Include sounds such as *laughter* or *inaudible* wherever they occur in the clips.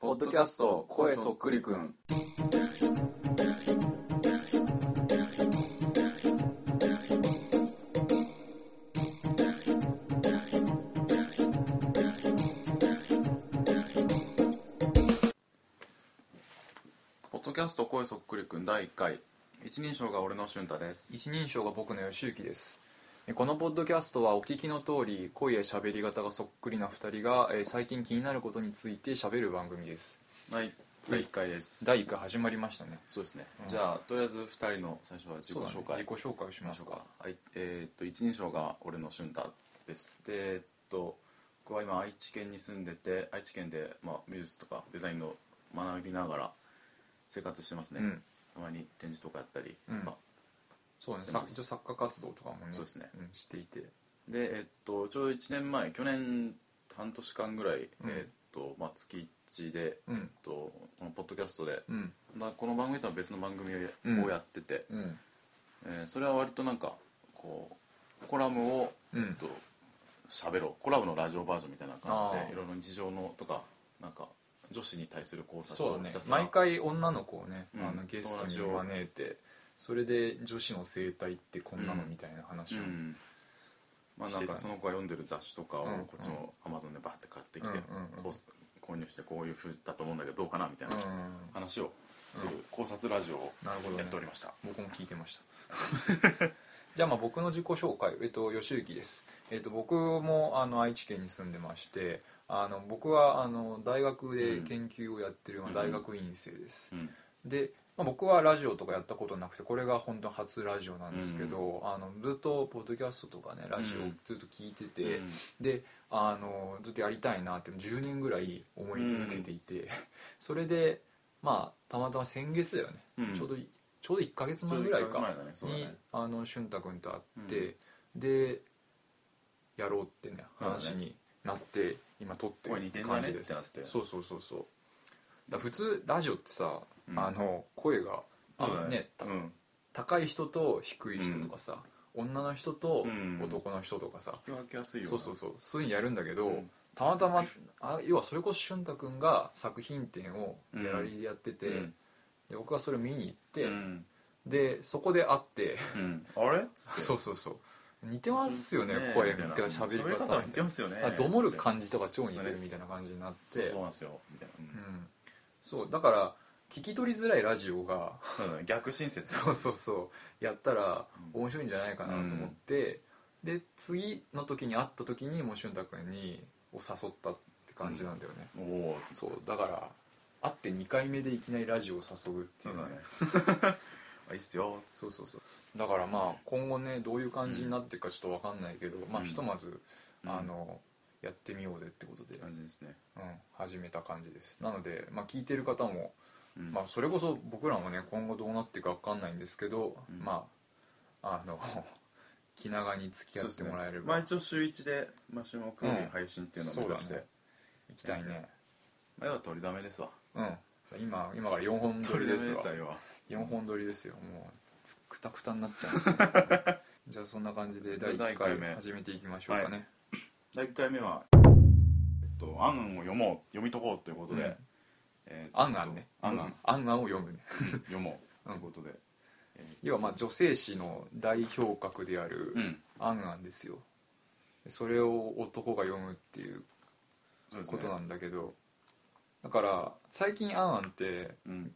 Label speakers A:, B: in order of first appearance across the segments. A: ドキャスト声そっくりくん。ポッドキャスト声そっくりくん第1回一人称が俺の俊太です
B: 一人称が僕の吉行ですえこのポッドキャストはお聞きの通り声や喋り方がそっくりな2人が、えー最近気になることについて喋る番組です
A: はい第1回です
B: 第1回始
A: ま
B: まりましたね
A: そうですね、
B: うん
A: じゃあとりあえず2人の最初は自己
B: そうだね
A: 紹介
B: 自己紹介をしましょうか
A: はい、えーっと一人称が俺の俊太ですでえーっと僕は今愛知県に住んでて愛知県で、まあ、美術とかデザインの学びながら生活してますね、
B: うん
A: たまに展示とかやったり、
B: うん
A: まあ
B: そうね
A: し
B: さ
A: てます
B: 一応作家活動とかもね
A: そうですね
B: んしていて
A: でえーっとちょうど1年前去年半年間ぐらい、
B: うん
A: えーっとまあ、月1で、え
B: う
A: ー
B: ん
A: っとこのポッドキャストで、
B: うん
A: まあ、この番組とは別の番組をや
B: うん
A: をやってて、
B: うん
A: えーそれは割となんかこうコラムを
B: うん
A: と喋ろうコラボのラジオバージョンみたいな感じ
B: あ
A: で
B: ー
A: いろいろ日常のとかなんか女子に対する考察
B: そう
A: を
B: だね
A: ひたすら
B: 毎回女の子をね、
A: うん
B: あのゲストに招いてそれで女子の生態ってこんなのみたいな話
A: う
B: を、
A: んまあ
B: し
A: な
B: て
A: ん
B: たね
A: かその子が読んでる雑誌とかを
B: うん
A: こっちもアマゾンでバーって買ってき
B: うん
A: て
B: うんうん
A: こう購入してこういうふうだと思うんだけどどうかなみたいな
B: うん
A: 話をする考察ラジオを
B: なるほどね
A: やっておりました
B: 僕も聞いてました *laughs* じゃあまあ僕の自己紹介、えっと、吉行です、えっと、僕もあの愛知県に住んでましてあの僕はあの大学で研究をやってる、まあ大学院生です、
A: うん
B: で、まあ、僕はラジオとかやったことなくてこれが本当に初ラジオなんですけど、あのずっとポッドキャストとかねラジオ
A: うん
B: ずっと聞いてて、であのずっとやりたいなって10年ぐらい思い続けていて、 *laughs* それでまあたまたま先月だよね、
A: うん
B: ちょうどいちょうど1か月
A: ちょ
B: 前
A: うど
B: ぐ
A: 1
B: らい
A: ヶ月
B: か
A: 前だねそうだ
B: に
A: ね
B: あの俊太君と会って、でやろうってね
A: そうだね
B: 話になって今撮って
A: これ似てんだね
B: 感じです
A: ってなって
B: そうそうそうそうだから普通ラジオってさ、
A: うん
B: あの声が、
A: そうだ
B: ね、た
A: うん
B: 高い人と低い人とかさ、女の人と
A: うん
B: 男の人とかさ、
A: 聞き分けやすいよ
B: そうそうそうそういうのやるんだけど、
A: うん
B: たまたまあ要はそれこそ俊太君が作品展をギャラリーでやってて、
A: うん
B: で僕はそれを見に行って、
A: うん
B: でそこで会って *laughs*
A: うんあれっつって
B: そうそうそう似てますよね声ってか喋り
A: 喋り
B: 方
A: 方は似てますよね
B: あどもる感じとか超似てるみたいな感じになっ
A: そ
B: て
A: うそうなんですよみたいなうん
B: うん、そうだから聞き取りづらいラジオが *laughs*
A: そうだね逆親切
B: そうそうそうやったら
A: うん
B: 面白いんじゃないかなと思って、で次の時に会った時にもう俊太君にを誘ったって感じなんだよね、
A: おお
B: そうだから会って2回目でいきなりラジオを誘うって
A: そ
B: いうう
A: だ
B: ね
A: ね *laughs* あいいっすよつ
B: そうそうそうだからまあ今後ねどういう感じになっていくかちょっと分かんないけど、まあ
A: うん
B: ひとまず、
A: うん
B: あのやってみようぜってことで、
A: って
B: う
A: 感
B: ん
A: じですね
B: 始めた感じですなので、まあ、聞いてる方も、
A: うん
B: まあ、それこそ僕らもね今後どうなっていくか分かんないんですけど、
A: うん
B: まああの *laughs* 気長に付き合ってもらえれ
A: まあ
B: ば、
A: 一応週一でまあ週木曜日
B: うん
A: 配信っていうのを目指し
B: そうだ
A: て
B: ね行きたいね
A: まあ要は取りだめですわ
B: うん今今から4本撮
A: 取り
B: りで
A: だめ
B: す
A: で
B: わ
A: すわ要は
B: 4本撮りですよもうつくたくたになっちゃうんです
A: *laughs*
B: よねじゃあそんな感じで第
A: 第
B: 1
A: 一回
B: 回
A: 目
B: 始めていきましょうかね、
A: は第1回目はえっと「アンアンを読もう読み解こう」ということ
B: う
A: で
B: ん
A: えっと
B: アンアンね
A: アンアン
B: アンアンを読むね
A: 読もうと
B: うん
A: いうことで
B: 要はまあ女性誌の代表格である
A: うん
B: アンアンですよそれを男が読むっていう
A: そうです
B: こ
A: ね
B: となんだけどだから最近アンアンって
A: うん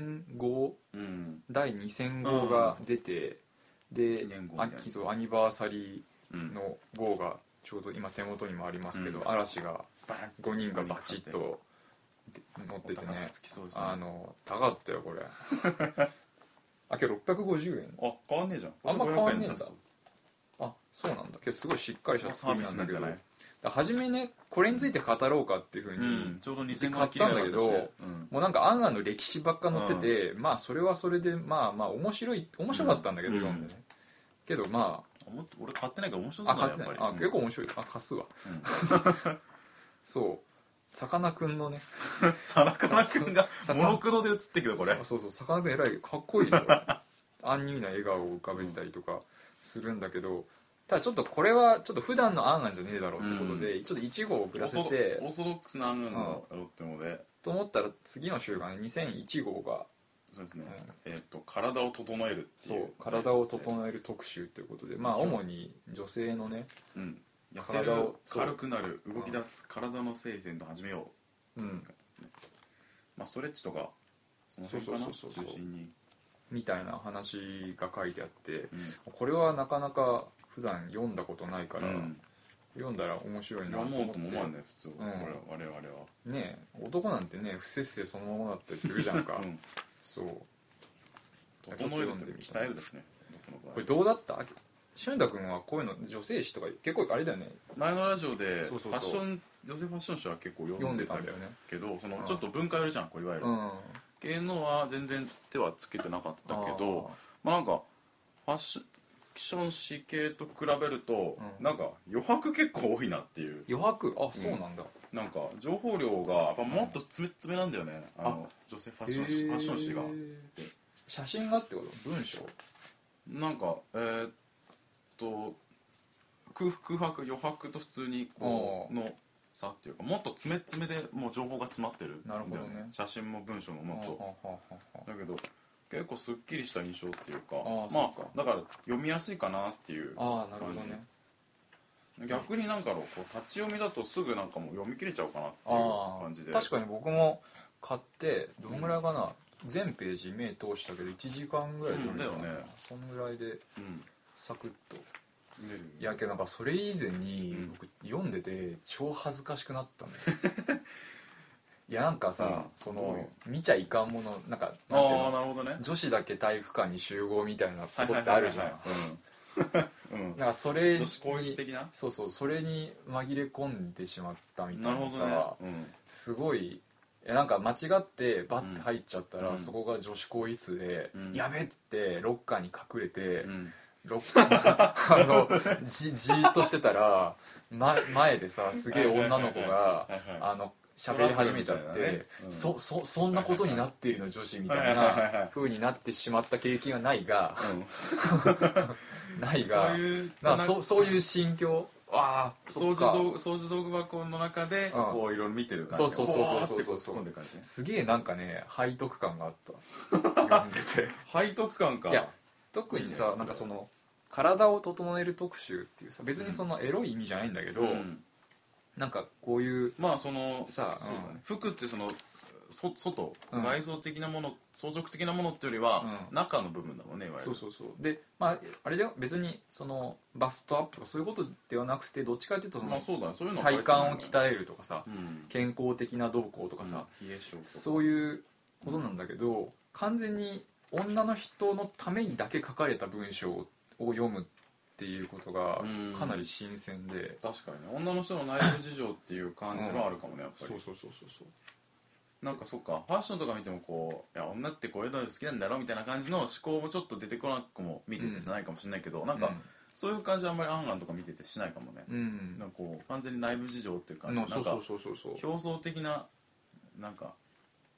B: 2005
A: うん
B: 第2000号が出てで
A: 記念号みた
B: あ
A: いな
B: そうアニバーサリ
A: うん
B: ーの号がちょうど今手元にもありますけど、
A: うん
B: 嵐が
A: バーン
B: 5人がバチッとで乗ってて
A: お高
B: ね
A: くつきそうですね
B: あ
A: あ
B: の高かった
A: *laughs*
B: よこれあ今日650円
A: 変わんねえじゃん
B: あんま変わんねえ
A: 500
B: んだ
A: 円出す
B: あそうなんだけどすごいしっかりした
A: サービスなんじゃない
B: だから初めねこれについて語ろうかっていうふうに、
A: うんちょうど2000
B: 買ったんだけど
A: うん
B: もうなんかアンアンの歴史ばっか載ってて、まあそれはそれでまあまあ面白い面白かったんだけど、
A: うん
B: 読んでねけどま
A: あもっと俺買ってないから面白
B: あ
A: そ
B: あ
A: うだね
B: 買っ
A: や
B: て
A: っ
B: な
A: ぱり
B: いあ
A: うん
B: 結構面白いあ貸すわ *laughs* そうさかなクン
A: *laughs*
B: のね
A: うんさらかなくんが
B: さ
A: モ
B: か
A: ノクロで映ってるけどこれ
B: そうそうそうさかなクン偉いかっ
A: *laughs*
B: こいいよアンニュイな笑顔を浮かべてたりとかするんだけど、ただちょっとこれはちょっと普段のアンアンじゃねえだろうってことで、ちょっと1号を遅らせて
A: オーソドックスな案なんだろうってので
B: と思ったら次の週がね2001号が
A: そうですね、
B: うん
A: えっと体を整えるって
B: そ
A: いうう
B: 体を整える特集ということでまあ主に女性のね、
A: うん痩せる
B: 体をそう
A: 軽くなる動き出す、体の整然と始めよう、
B: うん、
A: まあ、ストレッチとかその辺かな
B: そうそうそうそう
A: 中心に、
B: みたいな話が書いてあって
A: うん
B: これはなかなか普段読んだことないから、
A: うん
B: 読んだら面白いなと
A: 思
B: 思
A: う
B: って
A: とも思わない普通、
B: ん
A: これ我々は、
B: ねえ男なんてね不摂生そのままだったりするじゃん
A: *laughs*
B: か、
A: うん、
B: そう
A: 整えると
B: ちょっと読んでみた
A: 鍛えるですね僕の場合
B: これどうだった俊太君はこういうの女性誌とか結構あれだよね
A: 前のラジオで
B: そうそうそう
A: ファッション女性ファッション誌は結構読
B: 読
A: ん
B: ん
A: で
B: で
A: た
B: た
A: ん
B: ん
A: だ
B: だ
A: よ
B: よね
A: けどその
B: うん
A: ちょっと分解あるじゃんこういわゆる、
B: うん
A: 芸能は全然手はつけてなかったけどまあなんかファッション誌系と比べると、
B: うん
A: なんか余白結構多いなっていう
B: あー余白あそうなんだ、
A: なんか情報量がやっぱもっとつめつめなんだよねあの女性ファッション誌ファッション誌が
B: へー写真がってこと文章
A: なんかえーっと空空白余白と普通にこうの差っていうかもっと詰め詰めでもう情報が詰まってるんだよ
B: なるほどね
A: 写真も文章ももっと
B: はあはあはあはあ
A: だけど結構すっきりした印象っていうか
B: あー
A: ま
B: そっか
A: あだから読みやすいかなっていう
B: ああなるほどね
A: 逆になんかこう立ち読みだとすぐなんかもう読み切れちゃうかなっていう
B: あ
A: 感じで
B: あ確かに僕も買ってどんぐらいかな、全ページ目通したけど1時間ぐらいで読めたかな
A: うんだよね
B: そんぐらいで
A: うん
B: サクッと
A: 見れる
B: いやけどなんかそれ以前に
A: うん
B: 僕読んでて超恥ずかしくなっ
A: *laughs*
B: たのよいやなんかさ、
A: うん
B: そ
A: どう
B: の
A: よ
B: 見ちゃいかんものなんか
A: あ
B: なんていう
A: あ
B: の
A: なるほどね
B: 女子だけ体育館に集合みたいな
A: は
B: こ
A: い
B: と
A: はい
B: って
A: は
B: あ
A: いは
B: る
A: い
B: じゃん、
A: うん
B: *laughs*
A: うん
B: なんかそれ
A: 女
B: に
A: 子高一的な
B: そうそうそれに紛れ込んでしまったみた
A: ないる
B: な
A: ほ
B: さ
A: どねうん
B: すごいいやなんか間違ってバッて入っちゃったら、
A: うん
B: そこが女子更衣室で、
A: うん
B: やべっつってロッカーに隠れて、
A: うん
B: ロッカーの *laughs* あのじじーっとしてたら、ま、前でさすげえ女の子が
A: はいはい
B: あの喋り始めちゃっ
A: トラ
B: て、
A: ブルみたいなねうん
B: そそそんなことになっているの女子みたい
A: はいはいはいは
B: ない風になってしまった経験はないがない
A: そ
B: が
A: ういう
B: なんか
A: な
B: そそういう心境ああ
A: 掃
B: そっ
A: 除
B: か
A: 道具掃除道具箱の中で
B: うん
A: こういろいろ見てる感じ
B: そうそうそうそう
A: こ
B: そうそう
A: わーってこ突っ込んでる感じね
B: すげえなんかね背徳感があった読んでて
A: 背徳感か
B: いや特に
A: いい
B: さ
A: ね
B: なんかその体を整える特集っていうさ別
A: う
B: に
A: ん
B: そのエロい意味じゃないんだけど、
A: うん
B: なんかこういう
A: まあその
B: さあ
A: そうだね
B: うん
A: 服ってそのそ外
B: うん
A: 外装的なもの装飾的なものっていうよりは
B: うん
A: 中の部分だもんねいわゆる
B: そうそうそうでまああれだよ別にそのバストアップとかそういうことではなくてどっちかっていうとそ
A: まあ
B: の
A: そうだねそういうの
B: 体幹を
A: え
B: 鍛えるとかさ
A: うん
B: 健康的な動向とかさ、
A: うん冷え性とか
B: そういうことなんだけど完全に女の人のためにだけ書かれた文章を読むっていうことが
A: うん
B: かなり新鮮で、
A: 確かにね女の人の内部事情っていう感じはあるかもねやっぱり
B: そうそうそうそう
A: なんかそっかファッションとか見てもこういや女ってこういうの好きなんだろみたいな感じの思考もちょっと出てこなくも見てて
B: うん
A: ないかもしれないけど、なんかそういう感じあんまりアンランとか見ててしないかもね、
B: うん、うん
A: なんかこう完全に内部事情っていう感じ、な
B: のそ
A: ん
B: う
A: か
B: そうそうそうそう
A: 表層的ななんか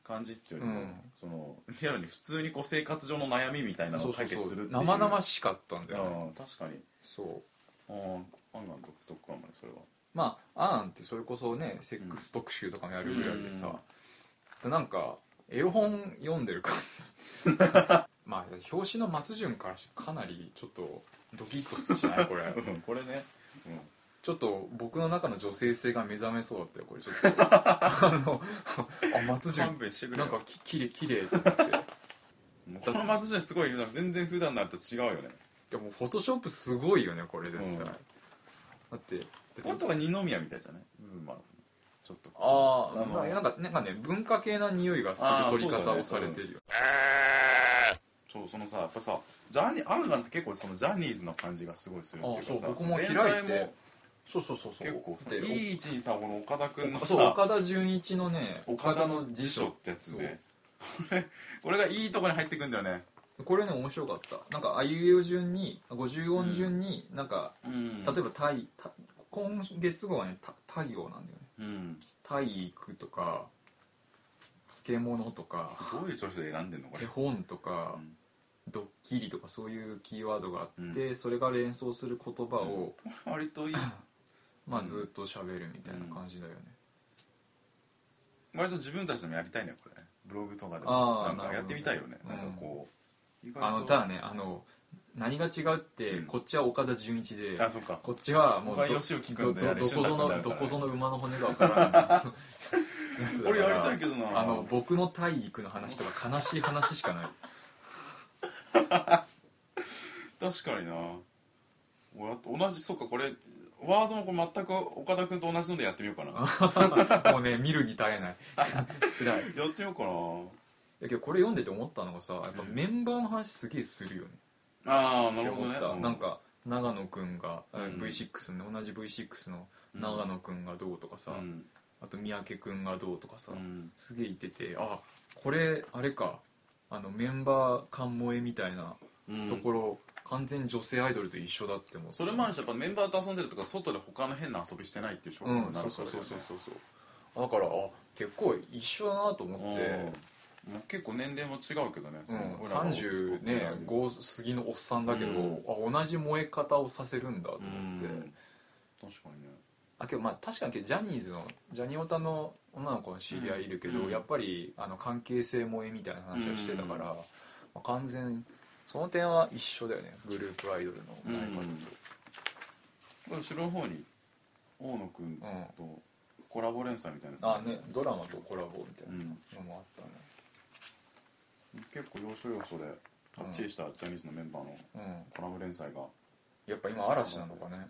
A: 感じっていうよりも、
B: うん
A: そのリアルに普通にこう生活上の悩みみたいなの
B: そ
A: を
B: うそ
A: 解
B: う
A: 決す
B: そ
A: るっ
B: う
A: ていう
B: 生々
A: し
B: しかったんだよね
A: 確かに
B: そう
A: ああアンラン独特かもねそれは
B: まあ「アーン」ってそれこそねセックス特集とかもやるぐらいでさ、でなんかエロ本読んでるからまあ表紙の松潤からしてかなりちょっとドキッとしないこれ
A: うんこれね、うん
B: ちょっと僕の中の女性性が目覚めそうだったよこれちょっとあのあ松
A: 勘
B: 潤
A: 弁してくれ
B: な
A: よ
B: んかききれいきれいってなって
A: もうこの松潤すごいなんか全然普段なると違うよね
B: でもフォトショップすごいよねこれ絶対、
A: うん
B: だってだって
A: 本当は二宮みたいじゃない部分もあるちょっと
B: あ
A: あの
B: あなんかなんかね文化系な匂いがする取り方をされてるよ、
A: そうそのさやっぱさジャニアンランって結構そのジャニーズの感じがすごいするっていう
B: あ
A: か
B: そ
A: さ
B: う僕も開い
A: 連載
B: て
A: も
B: そうそうそうそう
A: 結構
B: で
A: いい位置にさこの岡田君の
B: お
A: さ
B: そう岡田准一のね岡田の辞書
A: ってやつで *laughs* これこれがいいとこに入ってくんだよね
B: これね面白かったなんかあいうえお順に50音順になんか、
A: うん
B: 例えばタイタ今月号はねタタ行なんだよね
A: うん
B: タイ行くとか漬物とか
A: どういう調子で選んでんのこ
B: 手
A: れ
B: 本とか、
A: うん
B: ドッキリとかそういうキーワードがあって、それが連想する言葉を、 *laughs*
A: 割といい
B: まあ
A: うん
B: ずっと喋るみたいな感じだよね、
A: 割と自分たちでもやりたいねこれねブログとかで
B: あ
A: も
B: ー
A: なん
B: な
A: か
B: るほど
A: やってみたいよね
B: うん
A: なんかこう意
B: あのただねあの何が違うって、
A: うん
B: こっちは岡田准一で
A: あそうか
B: こっちはもう
A: 僕は吉
B: ど
A: 行
B: ど
A: 君で
B: ど
A: あれ
B: ど
A: 一緒
B: こ
A: にな
B: ぞ
A: ったんだ
B: の
A: よ
B: どこぞ
A: ね
B: の馬の骨が分からんやつだか
A: *laughs*
B: ら
A: 俺やりたいけどな
B: あの僕の体育の話とか悲しい話しかない
A: *laughs* 確かにな俺同じそっかこれワードもこれ全く岡田君と同じのでやってみようかなや
B: もうね見るに耐
A: *laughs*
B: えない辛いい
A: ってみようかな
B: やけどこれ読んでて思ったのがさやっぱメンバーの話すげえするよね
A: ああな
B: って
A: るほど
B: 思
A: ね
B: った、
A: う
B: なんか長野くんが、あ
A: うん
B: V6 の同じ V6 の長野くんがどうとか
A: う
B: さ、
A: ん
B: あと三宅くんがどうとかさ、
A: うん
B: すげえ言っててあこれあれかあのメンバー感萌えみたいな
A: うん
B: ところ、完全に女性アイドルと一緒だって思う
A: それもあるしやっぱメンバーと遊んでるとか外で他の変な遊びしてないっていう証拠になる
B: うん
A: から、
B: そ
A: ね
B: うそうそうそうそうそうだからあ結構一緒だなと思って、
A: うんもう結構年齢も違うけどね、
B: う
A: そ
B: ん
A: の、俺らの
B: 35ね5過ぎのおっさんだけど、あ同じ萌え方をさせるんだと
A: う
B: 思
A: ん
B: って、
A: 確かにね
B: あけどまあ確かにジャニーズのジャニオタの女の子の知り合いいるけど、
A: うん
B: やっぱりあの関係性萌えみたいな話はしてたから、
A: うん
B: まあ、完全その点は一緒だよねグループアイドルの
A: うん
B: ライバル
A: 後ろの方に大野くん
B: と、うん
A: とコラボ連載みたいなやつ、
B: あねドラマとコラボみたいうなんのもあったね
A: 結構要所要所でかっちりしたジャニーズのメンバーの
B: うん、
A: コラボ連載が、
B: やっぱ今嵐なのかね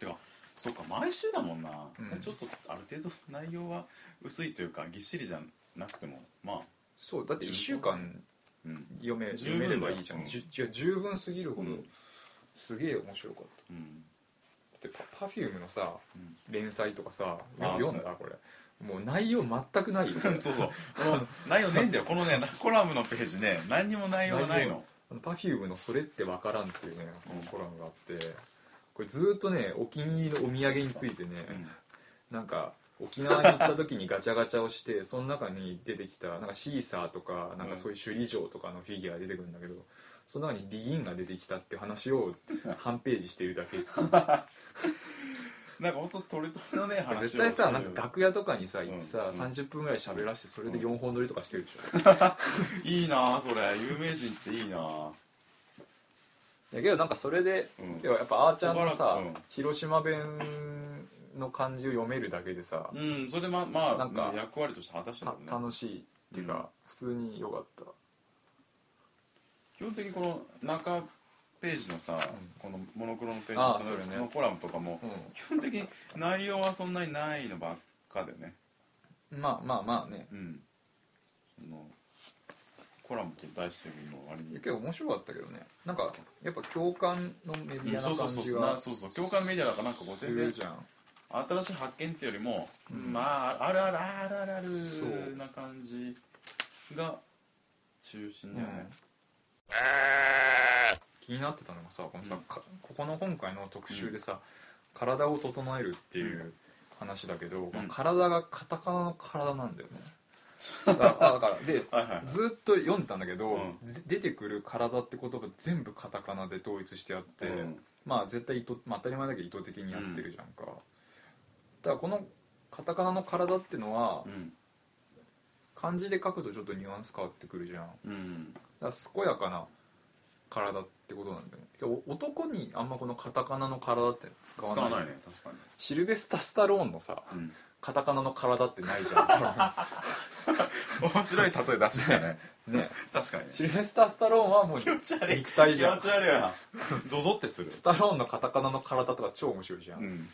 A: てかそっか毎週だもんな、
B: うん
A: ちょっとある程度内容は薄いというかぎっしりじゃなくてもまあ
B: そうだって1週間
A: うん
B: 読め
A: 十
B: 読
A: 分だ
B: め
A: よ
B: ればいいじゃ
A: うんん
B: じゅじゅ十分すぎるほど、
A: うん
B: すげえ面白かっ *laughs*
A: うん
B: ただってパ Perfume のさ
A: うん
B: 連載とかさ
A: あ
B: 読んだこれもう内容全
A: *laughs*
B: くないよ
A: そうそうこの内容ねえんだよこのねコラムのページね何にも内容がないの
B: あの Perfume の「それってわからん」っていうねこのコラムがあってこれずーっとねお気に入りのお土産についてね、
A: うん
B: なんか沖縄に行った時にガチャガチャ
A: *laughs*
B: をしてその中に出てきたなんかシーサーとかなんかそういう首里城とかのフィギュアが出てくるんだけどその中にビギンが出てきたっていう
A: *laughs*
B: 話を半ページしているだけ
A: なんかほんと取り留めのねえ話を
B: 絶対
A: して
B: さ
A: る
B: なんか楽屋とかにさ
A: ん
B: 行ってさ、
A: うん
B: 30分ぐらい喋らせてそれで4本撮りとかしてるでしょ、
A: いいなあそれ有名人っていいなあ
B: だけどなんかそれで、
A: うん
B: 要はやっぱあーちゃんのさ、
A: うん
B: 広島弁の漢字を読めるだけでさ、
A: うんそれでままあ
B: なんか
A: ね役割として果たしたんだろうね
B: た楽しいっていうか、
A: うん
B: 普通に良かった
A: 基本的にこの中ページのさ、このモノクロのページ
B: あ
A: の
B: あ
A: その
B: それね
A: このコラムとかも、基本的に内容はそんなにないのばっかでね
B: うん、まあまあまあね
A: うんそのコラムと題してるの割に
B: 結構面白かったけどねなんかやっぱ共感のメデ
A: う
B: ィ
A: ん、
B: ア
A: そう
B: な
A: そう
B: 感
A: そう
B: じ
A: そうな
B: が
A: そうそう共感メディアだからなんかこう
B: す
A: 全
B: る
A: 然
B: じゃん
A: 新しい発見っていうよりも、
B: うん
A: まああるあるあるあるあ
B: そう
A: るな感じが中心だよね、
B: 気になってたのがさこのさ、
A: うん
B: かここの今回の特集でさ、体を整えるっていう話だけど、まあ体がカタカナの体なんだよねだからだからで
A: *laughs* はいはい
B: ずっと読んでたんだけど、
A: う
B: ぜ出てくる「体」って言葉全部カタカナで統一してあって、
A: うん
B: まあ絶対意図、まあ、当たり前だけど意図的にやってるじゃんか、だからこのカタカナの「体」ってのは
A: うん
B: 漢字で書くとちょっとニュアンス変わってくるじゃん
A: うん
B: だから健やかな体ってことなんだよねけど男にあんまこのカタカナの体って使わ
A: 使
B: ない
A: わないね確かに
B: シルベスタ・スタローンのさ
A: うん
B: カタカナの体ってないじゃ
A: 面白い例え出してきたね *laughs*
B: んね
A: 確かに
B: シルベスタ・スタローンはもう
A: 悪い
B: 肉体じゃん
A: 気持ち悪いわゾゾってする
B: スタローンのカタカナの体とか超面白いじゃん、
A: うん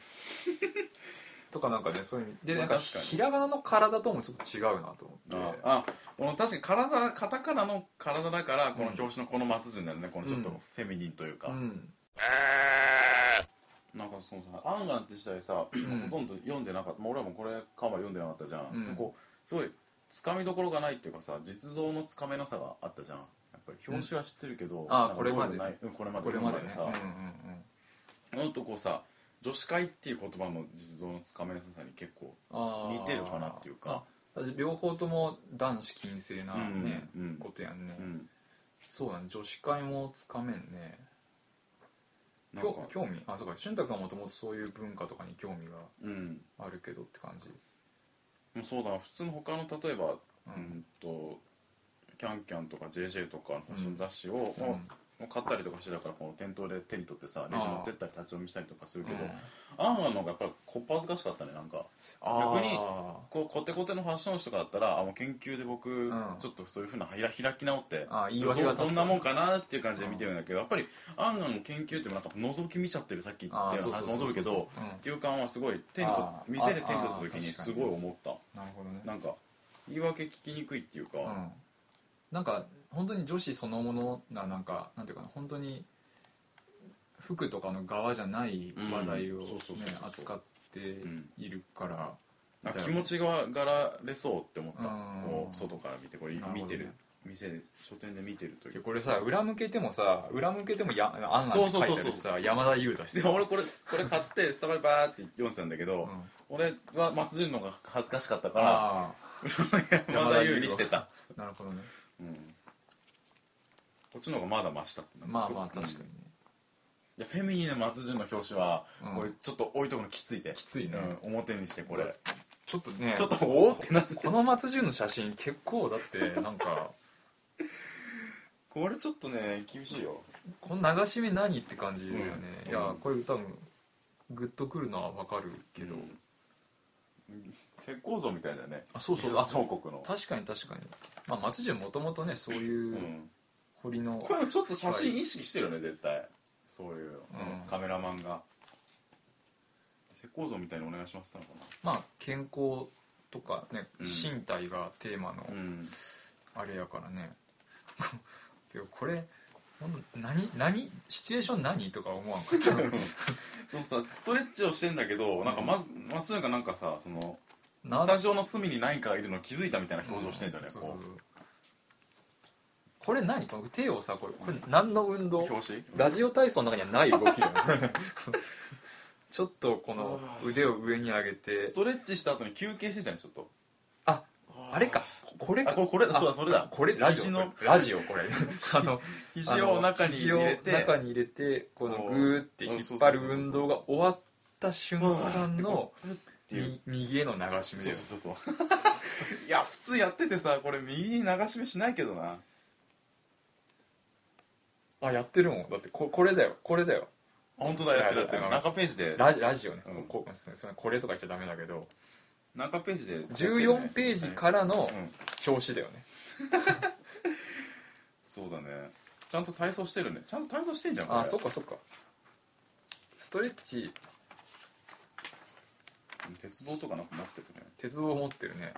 B: とかなんかねそういう意味で
A: ま
B: な
A: あ
B: んか
A: 確かに
B: ひらがなの体ともちょっと違うなと思
A: あ
B: って
A: あこの確かに体カタカナの体だからこの表紙のこの松潤だよねこのちょっと
B: うん
A: フェミニンというか、
B: うん
A: なんかそのさ「アンガン」って時代さ、
B: ん
A: ほとんど読んでなかった、まあ、俺らもこれカバー読んでなかったじゃん、
B: うん
A: でこうすごいつかみどころがないっていうかさ実像のつかめなさがあったじゃんやっぱり表紙は知ってるけど、
B: んあー
A: なんか
B: これまで
A: どういうのないうんこれまで
B: これまでね
A: さ、もっとこうさ女子会っていう言葉の実像のつかめなさに結構似てるかなっていうか
B: 両方とも男子禁制なね、
A: うんうん
B: ことやんね、
A: うん
B: そうだね女子会もつかめんね
A: なんか
B: 興興味あそうか俊太君はもともとそういう文化とかに興味が
A: うん
B: あるけどって感じ
A: もうそうだな普通の他の例えば
B: う
A: うんんとキャンキャンとか JJ とかのファッション雑誌を、
B: うん
A: もう買ったりとかしてたからこの店頭で手に取ってさレジ持ってったり立ち読みしたりとかするけど、
B: うん
A: アンアンの方がやっぱりこっぱずかしかったねなんか
B: あー
A: 逆にこうコテコテのファッション誌とかだったらあもう研究で僕、
B: ん
A: ちょっとそういうふうな開開き直って
B: あー言い訳が立
A: ど
B: つ
A: どんなもんかなっていう感じで見てるんだけど、やっぱりアンアンの研究ってもなんか覗き見ちゃってるさっき言
B: あ
A: ったよう
B: ーそう
A: な
B: そう
A: 話
B: そうそう
A: 戻るけど
B: うん
A: っていう感はすごい手に
B: あー
A: 取店で手に取った
B: あー
A: 時に
B: 確かに
A: すごい思った
B: なるほどね
A: なんか言い訳聞きにくいっていうか、
B: うんなんか本当に女子そのものななんかなんていうかな本当に服とかの側じゃない話題を
A: うん
B: ね
A: そうそうそうそう
B: 扱っているから、
A: なんか気持ちががられそうって思った
B: うん
A: こう外から見てこれ
B: なるほどね
A: 見てる店で書店で見てる時
B: これさ裏向けてもさ裏向けてもやあんなんて書いてあ
A: そうそう
B: る
A: そ
B: し
A: う
B: さ山田優だし
A: で
B: さ、
A: 俺これこれ買ってスタバでバーって読んでたんだけ
B: う
A: ど、
B: ん
A: 俺は松潤の方が恥ずかしかったから
B: あ
A: *laughs* まだ有利してた、
B: あなるほどね
A: うん、こっちの方がまだマシだった
B: まあまあ確かに
A: うん
B: ね
A: いやフェミニンの松潤の表紙は、
B: うん
A: これちょっと置いとくのきついで
B: きついね、
A: うん、表にしてこれ
B: ちょっとね
A: ちょっとおおってなって
B: この松潤の写真結構だってなんか
A: これちょっとね厳しいよ
B: この流し目何って感じだよね、
A: うん
B: いや
A: うん
B: これ多分グッとくるのはわかるけど、
A: うん石膏像みたいだよね
B: あそうそう
A: あ
B: あ
A: 彫刻の
B: 確かに確かに、まあ、松潤もともとねそう
A: う
B: いうん堀の、
A: これちょっと写真意識してるよね絶対そういうその
B: うん
A: カメラマンが石膏像みたいにお願いしますってた
B: まあ健康とかね
A: うん
B: 身体がテーマの
A: のかなうん
B: あれやからね *laughs* てかこれほんと何何シチュエーション何とか思わんかった
A: そうさストレッチをしてんだけどなんかまず松潤がなんかさその
B: な
A: スタジオの隅に何かいるの気づいたみたいな表情してんだよね
B: そうそう
A: こ
B: そううこれ何この手をさこれこれ何の運動
A: 表紙
B: ラジオ体操の中にはない動きだ
A: *laughs*
B: よねちょっとこの腕を上に上げて
A: ストレッチした後に休憩してたねちょっと
B: ああれかここれ
A: あこれこれそうだそれだ
B: これラジオ
A: 肘の
B: これラジオ
A: *laughs*
B: これあの
A: 肘を中に入れ
B: 肘を
A: て
B: 中に入れてこのグーって引っ張る運動が終わった瞬間の
A: ていう
B: み右への流し目
A: そ
B: だ
A: う
B: よ
A: そうそう *laughs* そういや普通やっててさこれ右に流し目しないけどな
B: あやってるもんだってここれだよこれだよ
A: 本当だやってるやって
B: あ
A: る
B: の
A: 中ページで
B: ラジラジオね、
A: うん
B: こうすいませんこれとか言っちゃダメだけど
A: 中ページで
B: 14ページからの
A: うん
B: 表紙だよね
A: そうだねちゃんと体操してるねちゃんと体操してんじゃんこれ
B: あそっかそっかストレッチ
A: 鉄棒とかなんか持ってるね
B: 鉄棒持ってるね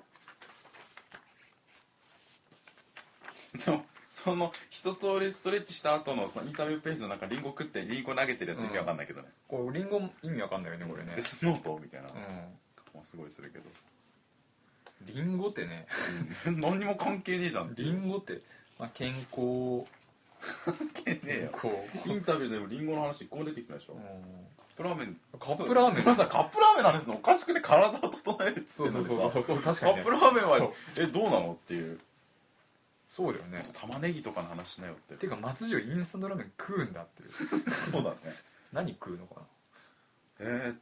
A: でもその一通りストレッチした後のインタビューページの中リンゴ食ってリンゴ投げてるやつ意味わかんないけどね、
B: こうリンゴも意味わかんないよねこれね
A: デスノートみたいな、
B: う
A: もうすごいす *laughs* るけど、
B: んリンゴってね
A: うん何にも関係ねえじゃんって
B: リンゴって、まあ、健康
A: 関係ねえよ
B: こ
A: インタビューでもリンゴの話一個も出てきたでしょ、
B: う、うん
A: カップラーメン
B: カップラーメ
A: そ
B: ン
A: うまさカップラーメンなんですのおかしくね体を整えるって
B: そうそ
A: の
B: うそ
A: にさ
B: うそう確
A: カ
B: かに、
A: ッ
B: ね
A: プ、ラーメン
B: そ
A: は
B: う
A: えどうなのっていう
B: そうだよね
A: 玉ねぎとかの話しなよって
B: てか松潤インスタントラーメン食うんだっていう
A: そうだね
B: 何食うのか
A: えー、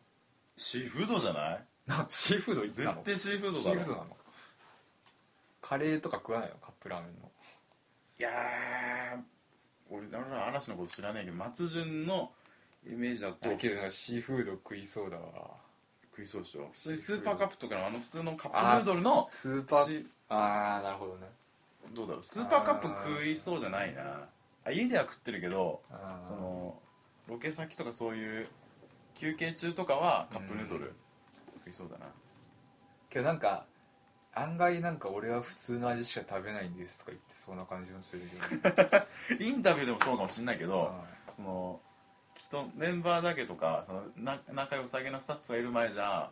A: シーフードじゃない
B: ななシーフードいつ
A: 絶
B: なの
A: 対シーフード
B: シ
A: だ
B: ー
A: ろ
B: フードなのカレーとか食わないのカップラーメンの
A: いやー俺俺ら嵐のこと知らないけど松潤のイメージだと
B: だけどなんかシーフード食いそうだわ
A: 食いそうでしょ普通にスーパーカップとかのあの普通のカップヌードルの
B: スー
A: シ
B: パーああなるほどね
A: どうだろうスーパーカップ食いそうじゃないなあ家では食ってるけど
B: あー
A: そのロケ先とかそういう休憩中とかはカップヌード
B: う
A: ル
B: ん
A: 食いそうだな
B: けどなんか案外なんか俺は普通の味しか食べないんですとか言ってそうな感じもするけ
A: *laughs*
B: ど
A: インタビューでもそうかもしんないけど
B: あ
A: そのきっとメンバーだけとかそのな仲良さげなスタッフがいる前じゃ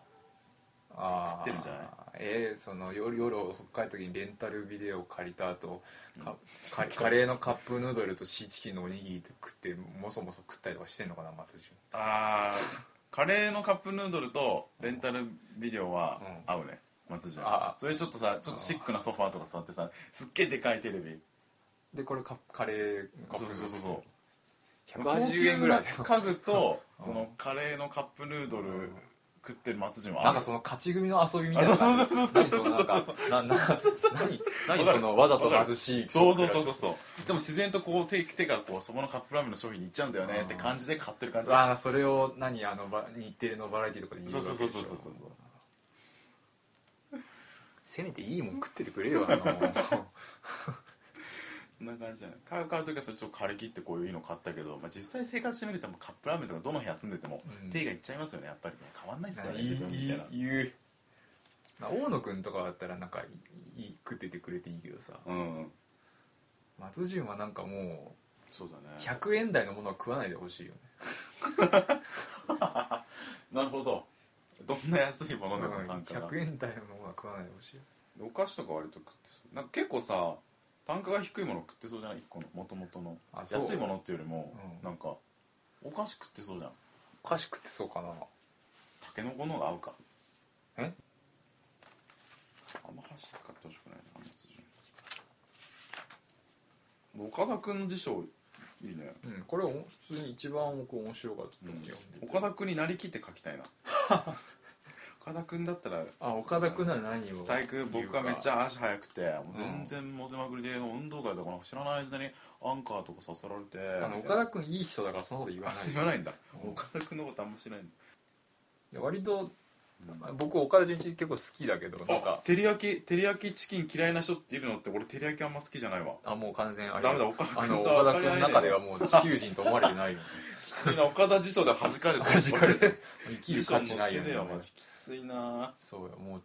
B: あー
A: 食ってるんじゃない
B: えー、その夜夜遅く帰った時にレンタルビデオを借りた後かか
A: ちょっと
B: カレーのカップヌードルとシーチキンのおにぎりと食ってもそもそ食ったりとかしてんのかな松潤
A: あーカレーのカップヌードルとレンタルビデオは
B: うん
A: 合うね松潤
B: あ
A: それちょっとさちょっとシックなソファーとか座ってさすっげえでかいテレビ
B: でこれカカレーカッ
A: そう
B: プヌードル
A: そうそうそう
B: 180円ぐらい
A: 高級な家具と
B: うん
A: そのカレーのカップヌードル食ってる松潤は
B: なんか
A: あ
B: その勝ち組の遊びみたいな
A: あそうそうそうそう
B: 何そのなんかなな何何そのわざと貧しい
A: るそうそうそうそうそうでも自然とこう手手がこうそこのカップラーメンの商品に行っちゃうんだよねって感じで買ってる感じ
B: ああそれを何あのば日テレのバラエティとかで言う
A: そう
B: わけ
A: そう
B: でし
A: そう
B: ょ
A: そうそうそう
B: せめていいもん食っててくれよ
A: *laughs*
B: あの
A: そんな感じじゃない買う買う時はそれちょっと枯れ切ってこういうの買ったけど、まあ、実際生活してみるともうカップラーメンとかどの部屋住んでても
B: うん
A: 手がいっちゃいますよねやっぱりね変わんないっすよね
B: いい
A: 自分みたいな
B: 言うまあ大野くんとかだったらなんかいい食っててくれていいけどさ
A: うん
B: 松潤はなんかも
A: そうだ
B: う
A: ね
B: 100円台のものは食わないでほしいよね
A: なるほどどんな安いものでも単価が
B: 100円台のものは食わないでほしいよ
A: お菓子とか割と食ってそうなんか結構さ単価が低いもの食ってそうじゃない1個のもともとの
B: あそう
A: 安いものっていうよりも、
B: うん
A: なんかお菓子食ってそうじゃん
B: おかしくってそうかな
A: たけのこの方が合うか
B: え
A: あんま箸使ってほしくないなあの辻岡田君の辞書いいね、
B: うんこれお普通に一番僕面白かった
A: う
B: と
A: ん
B: 思うよ、
A: 岡田君になりきって書き
B: *laughs*
A: たいな岡田君だったら
B: あ岡田君なら何を
A: 体育僕がめっち
B: ゃ
A: ゃ足速くてもう全然モテまくりで運動会とかなんか知らない間にアンカーとか刺さられて
B: あの
A: みたい
B: 岡
A: な
B: 田君いい人だからそんなこと言わ
A: あ *laughs*
B: ない
A: 言わないんだ
B: うん
A: 岡田君のことあんま知らないん
B: いや割と
A: だ
B: 僕岡田准一結構好きだけどなん
A: あ
B: か
A: 照り焼き照り焼きチキン嫌いな人っているのって俺照り焼きあんま好きじゃないわ
B: あもう完全あれ
A: ダメだ岡田
B: あの
A: 君とは
B: 岡田
A: 分かり合え
B: 君の中では
A: ね
B: もう地球人と思われてな
A: *laughs*
B: いよね
A: えきついな岡田辞書で弾かれて
B: マジかよ生きる価値ないよ
A: 辞書に載ってねえ
B: ね
A: わマジきついな
B: そうよもう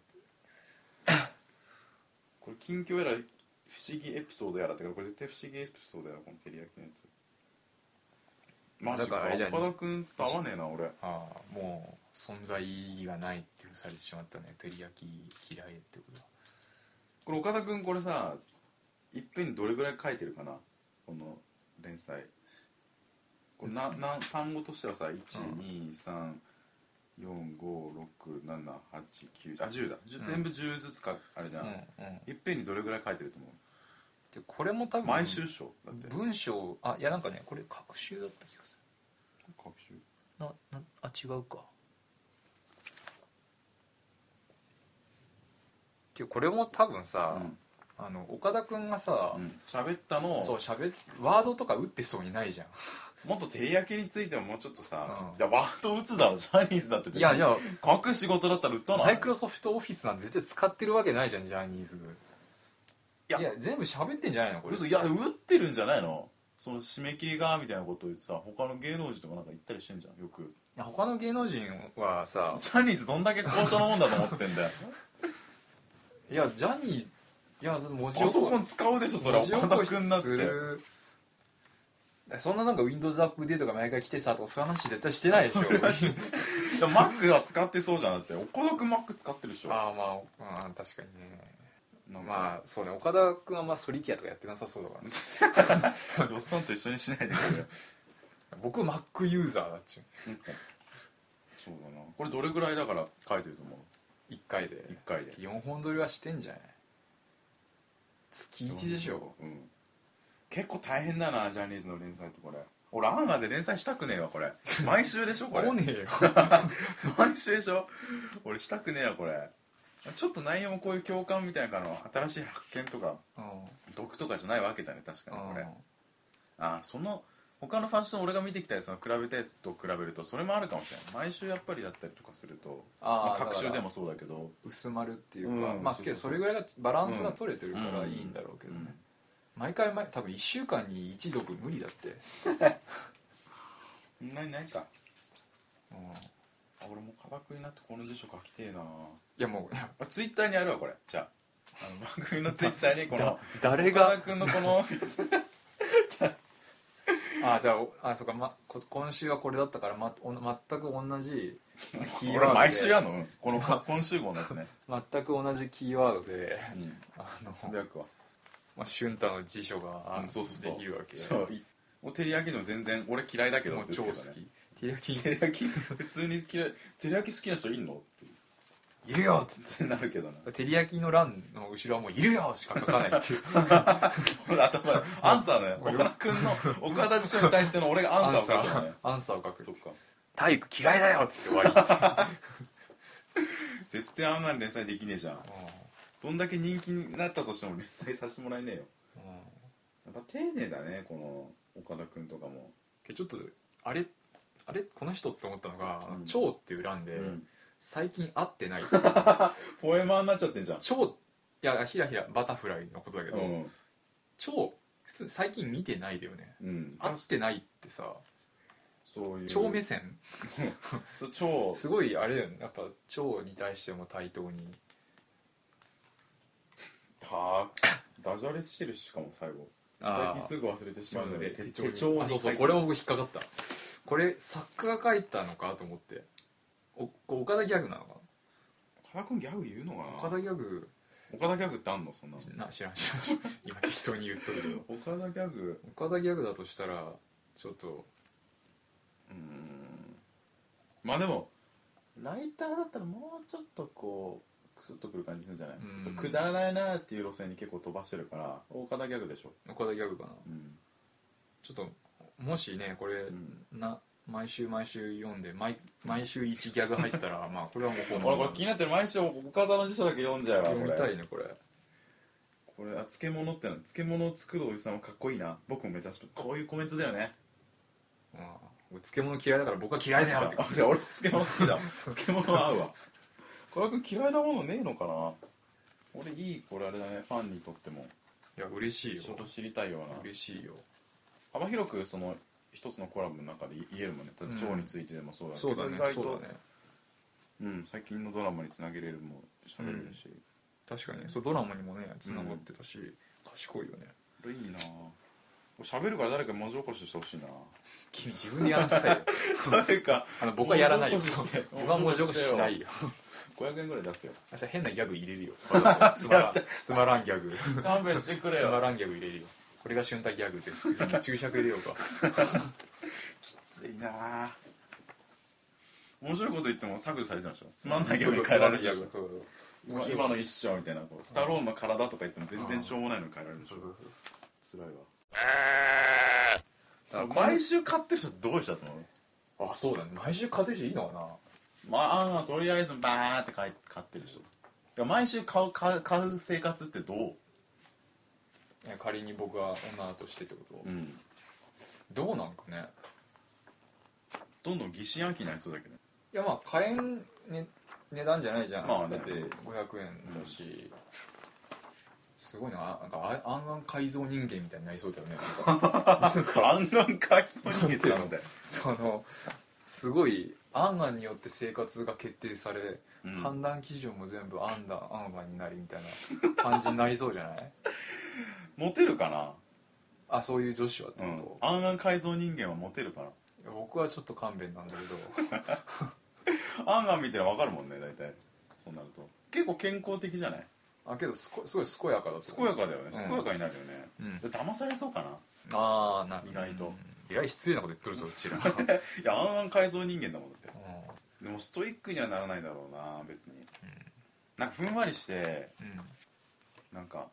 A: これ近況やら不思議エピソードやらってからこれ絶対不思議エピソードやらこの照り焼きのやつマジ
B: だからあれじゃ
A: か
B: ん
A: 岡田君と合わねえな俺
B: ああもう存在意義がないってされてしまったね照り焼き嫌いってことは
A: これ岡田君これさいっぺんにどれぐらい書いてるかなこの連載これなな単語としてはさ1 2 3 4 5 6 7 8 9あ10だ、じゅ
B: うん
A: 全部10ずつかあれじゃん、
B: うんうん
A: いっぺんにどれぐらい書いてると思う
B: でこれも多分
A: 毎週っしょだって
B: 文章あいやなんかねこれ隔週だった気がす
A: 各週
B: るななあ違うかけどこれも多分さ、
A: うん
B: あの岡田君がさ、
A: うん喋ったの
B: そう
A: を
B: 喋ワードとか打ってそうにないじゃん
A: もっと照り焼きについてももうちょっとさ、
B: う
A: い
B: ん
A: やワード打つだろジャニーズだって
B: いやいや
A: 書く仕事だったら打ったな
B: マイクロソフトオフィスなんて絶対使ってるわけないじゃんジャニーズい
A: や
B: や全部喋ってんじゃないのこれ
A: 嘘いや打ってるんじゃないのその締め切りがみたいなこと言ってさ他の芸能人とかなんか言ったりしてんじゃんよく
B: いや他の芸能人はさ
A: ジャニーズどんだけ交渉のもんだと思って
B: *laughs*
A: んだよ
B: いやジャニーいや文字
A: パソコ
B: 文
A: ン使うでしょそれ
B: 字起
A: 岡田
B: こし
A: 君だって
B: するそんななんか Windows アップデートが毎回来てさとかそういう話絶対してないでしょ
A: でも Mac は使ってそうじゃんだって岡田君 Mac 使ってるでしょ
B: ああまあ、うん、確かにね
A: なん
B: ま
A: か
B: あそうね岡田君はまあソリティアとかやってなさそうだからね
A: おっさんと一緒にしない
B: *laughs*
A: でくれよ
B: 僕 Mac ユーザーだっちゅ
A: なんかそうだなこれどれぐらいだから書いてると思う
B: う1回で
A: 1回で
B: 4本撮りはしてんじゃない月1でしょ
A: うん結構大変だなジャニーズの連載ってこれ俺アンガーで連載したくねえわこれ毎週でしょこれ
B: 来ねえよ
A: 毎週でしょ俺したくねえよこれちょっと内容もこういう共感みたいなの新しい発見とか *laughs*
B: うん
A: 毒とかじゃないわけだね確かにこれ
B: うん
A: あその他のファッション俺が見てきたやつの比べたやつと比べるとそれもあるかもしれない毎週やっぱりだったりとかするとま
B: あ
A: あ
B: あ
A: 各週で
B: だか
A: もそうだけど
B: ら薄まるっていうか、
A: うん
B: まあ
A: そうそうそう
B: けどそれぐらいがバランスが取れてるから
A: うん
B: いいんだろうけどね、毎回毎多分1週間に1読無理だって、
A: うんないないか
B: うんい
A: あ俺も科学になってこの辞書書きてえな
B: やもういや
A: あツイッターにあるわこれじゃああの番組のツイッターにこ
B: だ
A: の
B: 誰
A: 岡田
B: が
A: 君のこ
B: *laughs*
A: の
B: あじゃああそうか、ま、こ今週はこれだったから、ま、お全く同じキーワード
A: 俺
B: で
A: 毎週やんのうんこの今週号のやつね、
B: 全く同じキーワードで
A: うん、
B: あの、
A: つぶやくわ
B: まあ、俊太の辞書が、あの
A: そうそうそう
B: できるわけ
A: そうもう照り焼きでも全然俺嫌いだけど
B: もう超好
A: で
B: き
A: すよね
B: 照り焼き
A: 照り焼き普通に嫌い照り焼き好きな人いんのっ
B: いるよっつって
A: てなるけどな
B: 照り焼きの欄の後ろはもう「いるよ!」しか書かな
A: *laughs*
B: いっていう
A: 俺頭でアンサーのよ岡田君の岡田師匠に対しての俺がアンサーを書くのね
B: アンサーを書く
A: そっか
B: *laughs* 体育嫌いだよっつって終わりって
A: 絶対あんなん連載できねえじゃんどんだけ人気になったとしても連載させてもらえねえよ
B: うんうん
A: やっぱ丁寧だねこの岡田君とかも、
B: けどちょっとあれあれこの人って思ったのが
A: うん
B: 「蝶、っていう欄で、
A: うん
B: 最近会って
A: *laughs*
B: ない
A: フォーエマーになっちゃってんじゃん
B: 蝶いやひらひらバタフライのことだけ
A: う
B: ど、
A: ん
B: 超普通最近見てないだよね
A: うん
B: 会ってないってさ
A: そういう
B: 超目線
A: そう超
B: すごいあれだよねやっぱ超に対しても対等に
A: たダジャレしてるししかも最後最
B: あ
A: 近
B: ー
A: すぐ忘れてしまうんだけど
B: 手
A: 手
B: 帳に
A: 手帳に
B: あそうそうこれも僕引っかかったこれ作家が書いたのかと思っておこう岡田ギャグなのか
A: 岡田君ギャグ言うの
B: な
A: かな
B: 岡田ギャグ
A: 岡田ギャグってあんのそんなの
B: な知らん *laughs* 知らん知らん今適当に言っとるけど
A: 岡田ギャグ
B: 岡田ギャグだとしたらちょっと
A: うーんまあでもライターだったらもうちょっとこうクスッとくる感じするんじゃない
B: うん
A: ちょっとくだらないなっていう路線に結構飛ばしてるから岡田ギャグでしょ、
B: 岡田ギャグかな
A: うん
B: ちょっともしねこれ、
A: うん
B: な毎週毎週読んで毎毎週1ギャグ入ってたらまあこれはもうこ
A: 俺これ気になってる毎週岡田の辞書だけ読んじゃうわこ
B: 読みた
A: れ
B: いねこれ
A: これあ漬物ってのは漬物を作るおじさんはかっこいいな僕も目指しますこういうコメントだよね
B: うん俺漬物嫌いだから僕は嫌いだよっ
A: *laughs*
B: て
A: あじゃあ俺漬物好きだ漬物は合うわ小籔君嫌いなものねえのかな俺いいこれあれだねファンにとっても
B: いや嬉しいよ
A: ちょっと知りたいような
B: 嬉しいよ
A: 幅広くその一つのコラムの中で言えるもんね例えば
B: うん
A: 蝶についてでもそうだけど、
B: そうだね
A: 意外と
B: そうだね
A: うん、最近のドラマにつなげれるも喋れるし、
B: 確かにねそうドラマにもねつながってたし、賢いよね
A: これいいなぁ俺喋るから誰か文字起こししてほ
B: *laughs*
A: しいなぁ
B: 君自分でや
A: *laughs*
B: らせたいよ
A: 誰か
B: あの僕はやらないよ
A: 文字起こしして
B: 僕は文字起こししないよ
A: 500円ぐらい出すよ
B: 明日変なギャグ入れ
A: *laughs*
B: るよつまらんつまらんギャグ
A: 勘弁してく
B: *laughs* つまらんギャグ入れるよこれが瞬太ギャグです次に注釈入れようか
A: きついなぁ面白いこと言っても削除されちゃうでしょつまんないギ
B: そう
A: ャグ
B: そう
A: に変えられ
B: つ
A: ち
B: ま
A: ゃ
B: ん
A: う
B: ない
A: で
B: ギャグそう
A: しょ
B: そう
A: 今の一生みたいなこうスタローンの体とか言っても全然しょうもないのに変えられるでし
B: そ
A: ょ
B: うそうそう
A: 辛いわだから毎週買ってる人どういう人だと思う
B: あそうだね毎週買ってる人いいのかな
A: まあとりあえずバーって買い買ってる人いや毎週買う買う買う生活ってどう、
B: いや仮に僕は女だとしてってこと、
A: ん、
B: どうなんかね
A: どんどん疑心暗鬼になりそうだけど
B: いやまあ買えん、ね、値段じゃないじゃん、
A: まあね
B: だって500円だし、すごいななんかああんあん改造人間みたいになりそうだよねなんか
A: *laughs* ガンガン買いそうに逃げてるので、
B: そのすごいアンアンによって生活が決定され、
A: うん
B: 判断基準も全部アンダアンアンになりみたいな感じになりそうじゃない
A: *laughs* モテるかな
B: あそういう女子はって
A: う
B: こ
A: ん
B: と、
A: あんあん改造人間はモテるかない
B: や僕はちょっと勘弁なんだけど
A: あんあん見てら分かるもんね大体そうなると結構健康的じゃない
B: あけどすこすごい健やかだと
A: 健やかだよね
B: ん
A: 健やかになるよね、
B: うん
A: で騙されそうかな
B: ああなる
A: 意外と
B: 意外失礼なこと言っとるぞう
A: *laughs*
B: ちら、うん、
A: いやあんあん改造人間だもんだってでもストイックにはならないだろうな別に、なんかふんわりして
B: うん
A: なんか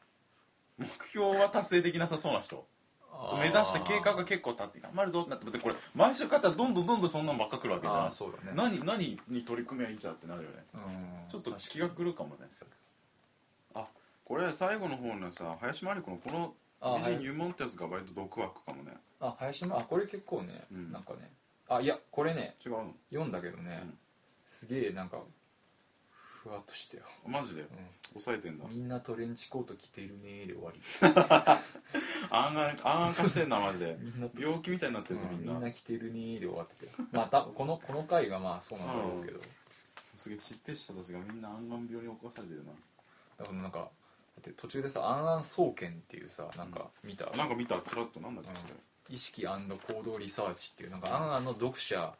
A: 目標は達成できなさそうな人
B: あー
A: 目指して計画が結構立って頑張るぞってなってだってこれ毎週買ったらどんどんどんどんそんなんばっか来るわけじ
B: あ
A: ゃ
B: あ
A: ん
B: そうだね
A: 何何に取り組みゃいいんじゃってなるよね
B: うん
A: ちょっと気が狂うかもねあこれ最後の方のさ林真理子のこの
B: あ
A: 美
B: は
A: 人
B: い
A: 入門ってやつが割と毒枠かもね
B: あ林真あこれ結構ね、
A: うん
B: なんかねあいやこれね
A: 違うの
B: 読んだけどね、
A: うん
B: すげえなんかふわっとしたよ、
A: マジで
B: う
A: 抑えてんだ
B: ん、みんなトレンチコート着てるねーで終わり
A: あんあんあんあん化してんなマジ
B: *laughs*
A: で
B: みんなと
A: 病気みたいになってるぞ
B: うん
A: みん
B: みん
A: な
B: な着てるねーで終わっててまあ多分このこの回がまあそうなんだろうけど、
A: すげえ知ってしたちがみんなあんあん病に起こされてるな
B: だからなんかだって途中でさ「アンアン総研」っていうさなんか見た、
A: あなんか見たちらっとなんだっけそれ
B: 意識行動リサーチっていうなんかアンアンの読者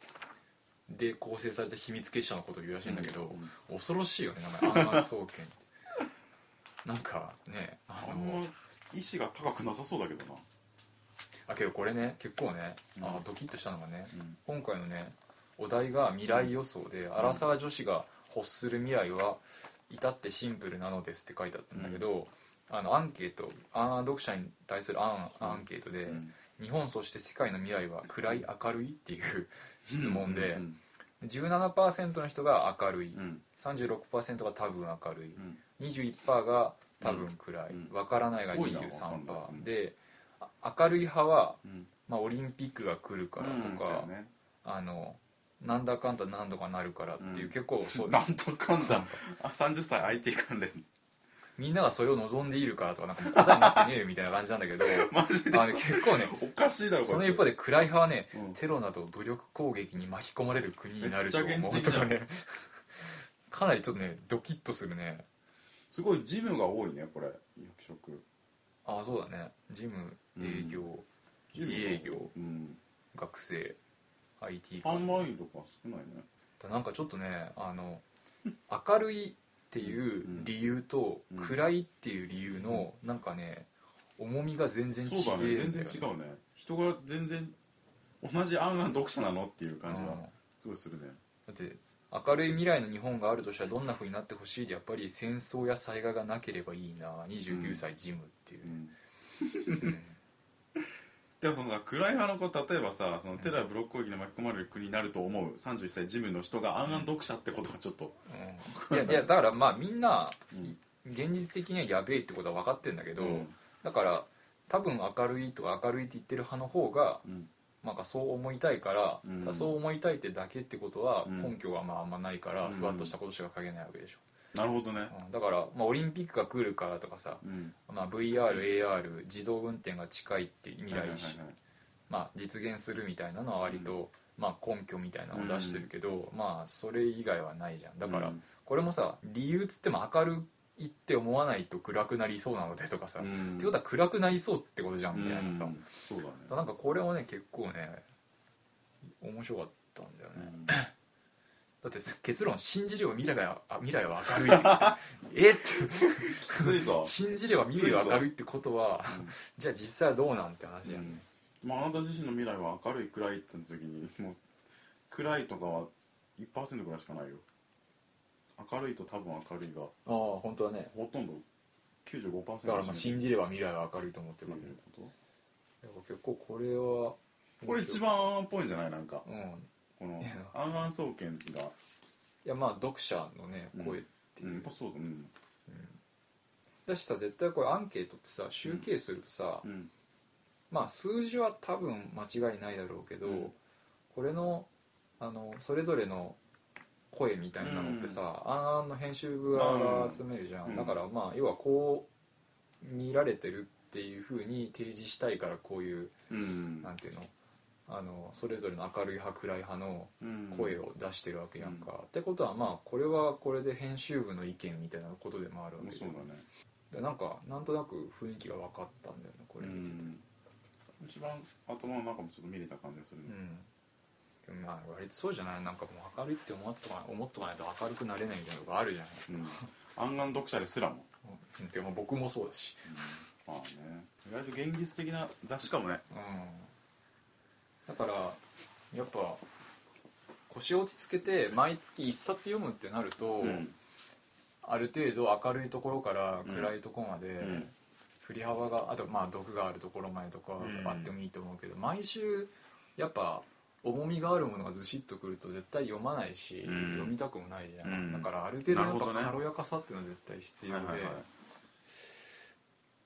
B: で構成された秘密結社のことを言うらしいんだけど、恐ろしいよね名前アンアン総研ってなんかねあ
A: あん
B: の
A: ま意志が高くなさそうだけどな
B: あけどこれね結構ね、
A: うん
B: あドキッとしたのがね、
A: うん
B: 今回のねお題が未来予想で、アラサー女子が欲する未来は至ってシンプルなのですって書いてあったんだけど、あのアンケートアンアン読者に対するアンアンケートで、
A: うん
B: 日本そして世界の未来は暗い明るいっていう質問で、
A: うん
B: 17%の人が明るい、
A: うん
B: 36%が多分明るい
A: うん
B: 21%が多分暗い、
A: うんうん
B: わからないが
A: 多いなわかんないうん
B: 23%であ明るい派は、
A: うん
B: まあ、オリンピックが来るからと
A: うんそう
B: か、
A: やね
B: あのなんだかんだ何度かなるからっていう、
A: うん
B: 結構そうで
A: な *laughs*
B: す
A: んとかんだあ30歳 IT 関連
B: みんながそれを望んでいるからとかなんかもう答えになってねえよみたいな感じなん
A: *laughs*
B: だけど
A: マジで
B: あの結構ね
A: おかしいだろ
B: その一方
A: で
B: で暗い派はね、
A: うん
B: テロなど武力攻撃に巻き込まれる国になると思
A: め
B: う
A: っちゃ現
B: と
A: 実じゃ
B: か
A: ん
B: ね *laughs* かなりちょっとねドキッとするね
A: すごい事務が多いねこれ役職
B: ああそうだね事務
A: うん
B: 営業、自営業
A: うん
B: 学生 IT
A: 販売員とか少ないね
B: だなんかちょっとねあの明るいっていう理由と、
A: うん
B: 暗いっていう理由の、なんかね重みが全然違
A: そうだね
B: え
A: 全
B: んだ
A: 然
B: よ
A: 違うね人が全然同じあんあん読者なのっていう感じがすごいするね
B: うんだって明るい未来の日本があるとしたらどんな風になってほしいでやっぱり戦争や災害がなければいいな29歳ジムっていう
A: う、ん
B: うん
A: でもそのさ暗い派の子例えばさそのテロやブロック攻撃に巻き込まれる国になると思う31歳ジムの人があんあん読者ってことがちょっと
B: うんいやいやだからまあみんな
A: うん
B: 現実的にはやべえってことは分かってんだけど、
A: うん
B: だから多分明るいとか明るいって言ってる派の方が
A: うん
B: なんかそう思いたいから、
A: うん
B: ただそう思いたいってだけってことは
A: うん
B: 根拠がまああんまないから、
A: うん
B: ふわっとしたことしか書けないわけでしょ、
A: なるほどね
B: うんだから、まあ、オリンピックが来るからとかさ、
A: うん
B: まあ、VRAR 自動運転が近いって未来し、
A: はいはいはいはい
B: まあ、実現するみたいなのは割と、まあ、根拠みたいなのを出してるけど、まあそれ以外はないじゃんだから、
A: うん
B: これもさ理由つっても明るいって思わないと暗くなりそうなのでとかさ、っ
A: うん
B: てことは暗くなりそうってことじゃんみたいなさ、
A: うんそうだね
B: だなんかこれもね結構ね面白かったんだよね、
A: うん
B: だって結論信じれば未来があ未来は明るいって *laughs* えって
A: きついぞ
B: 信じれば未来は明るいってことは、
A: うん
B: じゃあ実際はどうなんて話だよね、
A: まあ、あなた自身の未来は明るい暗いって言った時にもう暗いとかは1%ぐらいしかないよ明るいと多分明るいが
B: ああ本当はね
A: ほとんど95%だ
B: だからまあ信じれば未来は明るいと思って
A: て
B: る
A: る
B: から、
A: こ
B: だから結構これは
A: とこれ一番アンアンっぽいんじゃないなんか
B: うん
A: この
B: いや
A: アンアン総研が、
B: いやまあ読者のね
A: うん
B: 声っていうう、
A: ん、やっぱそうだうん
B: だしさ絶対これアンケートってさ集計するとさ、
A: うん
B: まあ数字は多分間違いないだろうけど、
A: うん
B: これのあのそれぞれの声みたいなのってさ、あんあんの編集部側が集めるじゃん、
A: うん
B: だからまあ要はこう見られてるっていうふうに提示したいからこういう
A: うん
B: なんていうのあのそれぞれの明るい派暗い派の
A: うん
B: 声を出してるわけやんか、
A: う
B: ってことはまあこれはこれで編集部の意見みたいなことでもあるわけ
A: そうだね
B: でなんかなんとなく雰囲気が分かったんだよねこ
A: う
B: れ見てて。
A: ん一番頭の中もちょっと見れた感じがするね、
B: うん、でもまあ割とそうじゃないなんかもう明るいって思っとかない思っとかないと明るくなれないみたいなのがあるじゃない、
A: うん、アンアン読者ですらも、
B: うん、てかまあ僕もそうだし、
A: まあね意外と現実的な雑誌かもね
B: うん、だからやっぱ腰を落ち着けて毎月一冊読むってなると、
A: うん
B: ある程度明るいところから暗いところまで、
A: うん
B: 振り幅があとまあ毒があるところまでとか
A: うん
B: あってもいいと思うけど、毎週やっぱ重みがあるものがずしっとくると絶対読まないし、
A: うん
B: 読みたくもないじゃん、
A: うん
B: だからある程度やっ
A: なるほどね
B: ぱ軽やかさっていうのは絶対必要で、
A: はいはいはい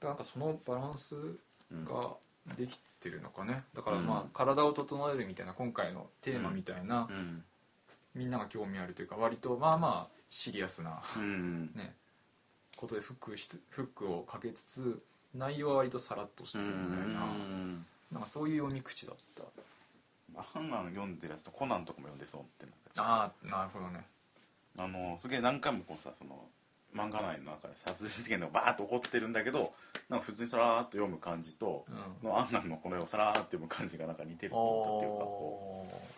B: なんかそのバランス
A: うん
B: ができてるのかねだから
A: うん
B: まあ体を整えるみたいな今回のテーマみたいな、
A: うん
B: みんなが興味あるというか割とまあまあシリアスな
A: うん
B: ねことでフックしつフックをかけつつ内容は割とさらっとしてるみたいな。なんかそういう読み口だった
A: アンアン読んでるやつとコナンとかも読んでそうってなって
B: ああなるほどね
A: あのすげえ何回もこうさその漫画内の中で殺人事件とかバーッと起こってるんだけどなんか普通にさらーっと読む感じと
B: うん
A: のアンナのこれをさらーっと読む感じがなんか似てるってことっていうかこう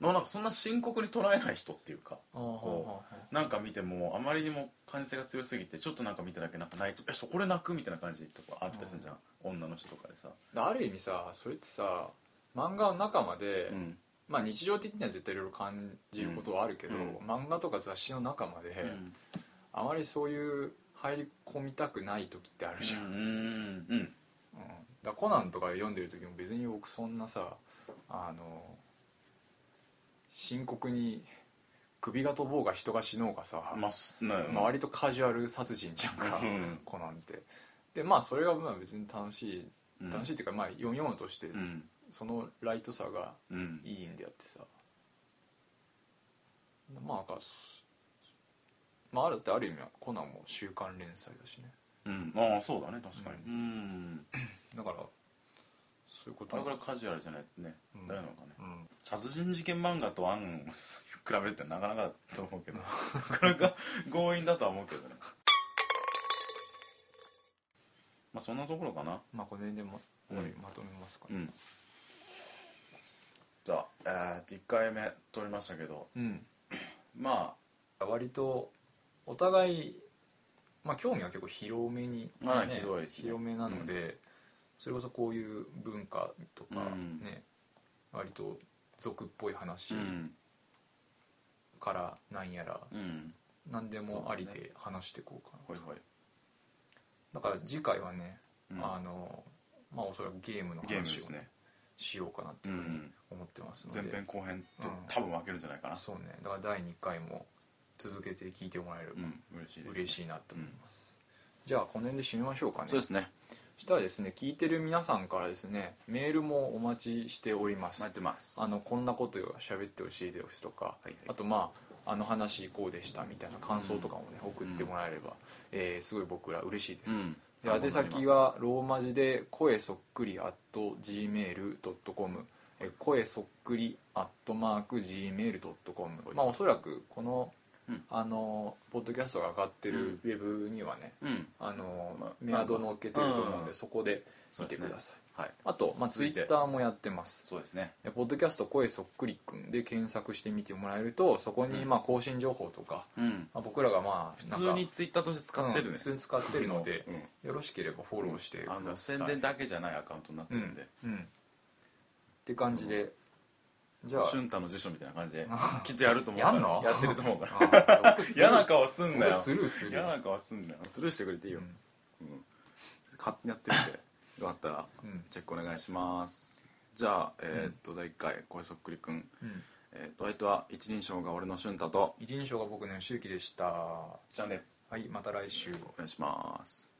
A: のなんかそんな深刻に捉えない人っていうか
B: あーあー
A: こなんか見てもあまりにも感性が強すぎてちょっとなんか見ただけなんか泣いちゃうえそこで泣くみたいな感じとかあったりするじゃん、女の人とかでさ、
B: だある意味さそれってさ漫画の中まで、
A: うん
B: まあ日常的には絶対いろいろ感じることはあるけど、
A: うん
B: 漫画とか雑誌の中まで、
A: うん
B: あまりそういう入り込みたくない時ってあるじゃん、うん
A: うんうん
B: だからコナンとか読んでる時も別に僕そんなさあの深刻に首が飛ぼうが人が死のうがさ、
A: まあすね
B: まあ割とカジュアル殺人じゃんか、
A: うん
B: 子なんてでまあそれがまあ別に楽しい
A: うん
B: 楽しいっていうか、まあ読み物として
A: うん
B: そのライトさが
A: うん
B: いいんであってさまあなんかそまああるってある意味はコナンも週刊連載だしね
A: うんああそうだね確かにうん
B: だからそういうこと
A: あれからいカジュアルじゃないとね
B: うん
A: 誰なのかね
B: うん
A: 殺人事件漫画と案を比べるってなかなかだと思うけどなかなか強引だとは思うけどねまあそんなところかな
B: まあこの辺でまま
A: うん
B: とめますか
A: う
B: ね
A: んじゃあ、えー、1回目撮りましたけど
B: うん
A: ま
B: 割とお互いまあ興味は結構広めに、
A: はい広いですね
B: 広めなので、それこそこういう文化とか
A: うん
B: ね、割と俗っぽい話
A: あうん
B: からなんやら
A: うん
B: 何でもあり
A: そう
B: で話していこうか
A: ほ
B: な、
A: いほい、
B: だから次回はね、
A: うん
B: あのまあおそらくゲームの
A: ゲームで
B: 話を
A: すね
B: しようかなっていうふうに思ってますので、
A: 前編後編と
B: うん
A: 多分分けるんじゃないかな
B: そうねだから第2回も続けて聞いてもらえれば
A: うん嬉しいです、
B: 嬉
A: い
B: しいなと思います、じゃあこの辺で締めましょうかね
A: そうですね
B: そしたらですね聞いてる皆さんからですねメールもお待ちしております
A: 待ってます
B: あのこんなことよ喋ってほしいですとか、
A: いはい
B: あとまああの話こうでしたみたいな感想とかもね、送ってもらえれば、えーすごい僕ら嬉しいです、
A: うん
B: で宛先はローマ字で「声そっくり」gmail.com え声そっくり gmail.com まあおそらくこの、
A: うん
B: あのポッドキャストが上がってるウェブにはね、
A: うん
B: あの
A: まあ
B: メアド載っけてると思うんで、
A: うん
B: そこで
A: そ
B: 見
A: うです
B: てく
A: ね
B: ださい、
A: はい
B: あと、まあ、ツ
A: 続
B: イ
A: いて
B: ッターもやってます
A: そうですね
B: えポッドキャスト「声そっくりくん」で検索してみてもらえるとそこに
A: うん
B: まあ更新情報とか、
A: うん
B: まあ、僕らがまあ
A: 普
B: なん
A: 通
B: か
A: にツイッターとして使ってる
B: うん
A: ね
B: 普通に使ってるので
A: う、ん
B: よろしければフォローしてく
A: あの
B: ださい
A: 宣伝だけじゃないアカウントになってるんで、
B: うん、うんって感じでじゃあ
A: 俊太の辞書みたいな感じできっとやると思う
B: や
A: か
B: ん
A: ら
B: の
A: やってると思うから
B: あ僕
A: *laughs* 嫌な顔すんな
B: 僕
A: よ
B: スルーする
A: 嫌な顔すんなよスルーしてくれていいよ、
B: うん
A: うん勝手にやってみてよかったら
B: うん
A: チェックお願いしますじゃあえーっと第1回声そっくりくん、
B: うん
A: えー、お相手は一人称が俺の俊太と
B: 一人称が僕の周期でしたは
A: じゃあね
B: いまた来週
A: お願いします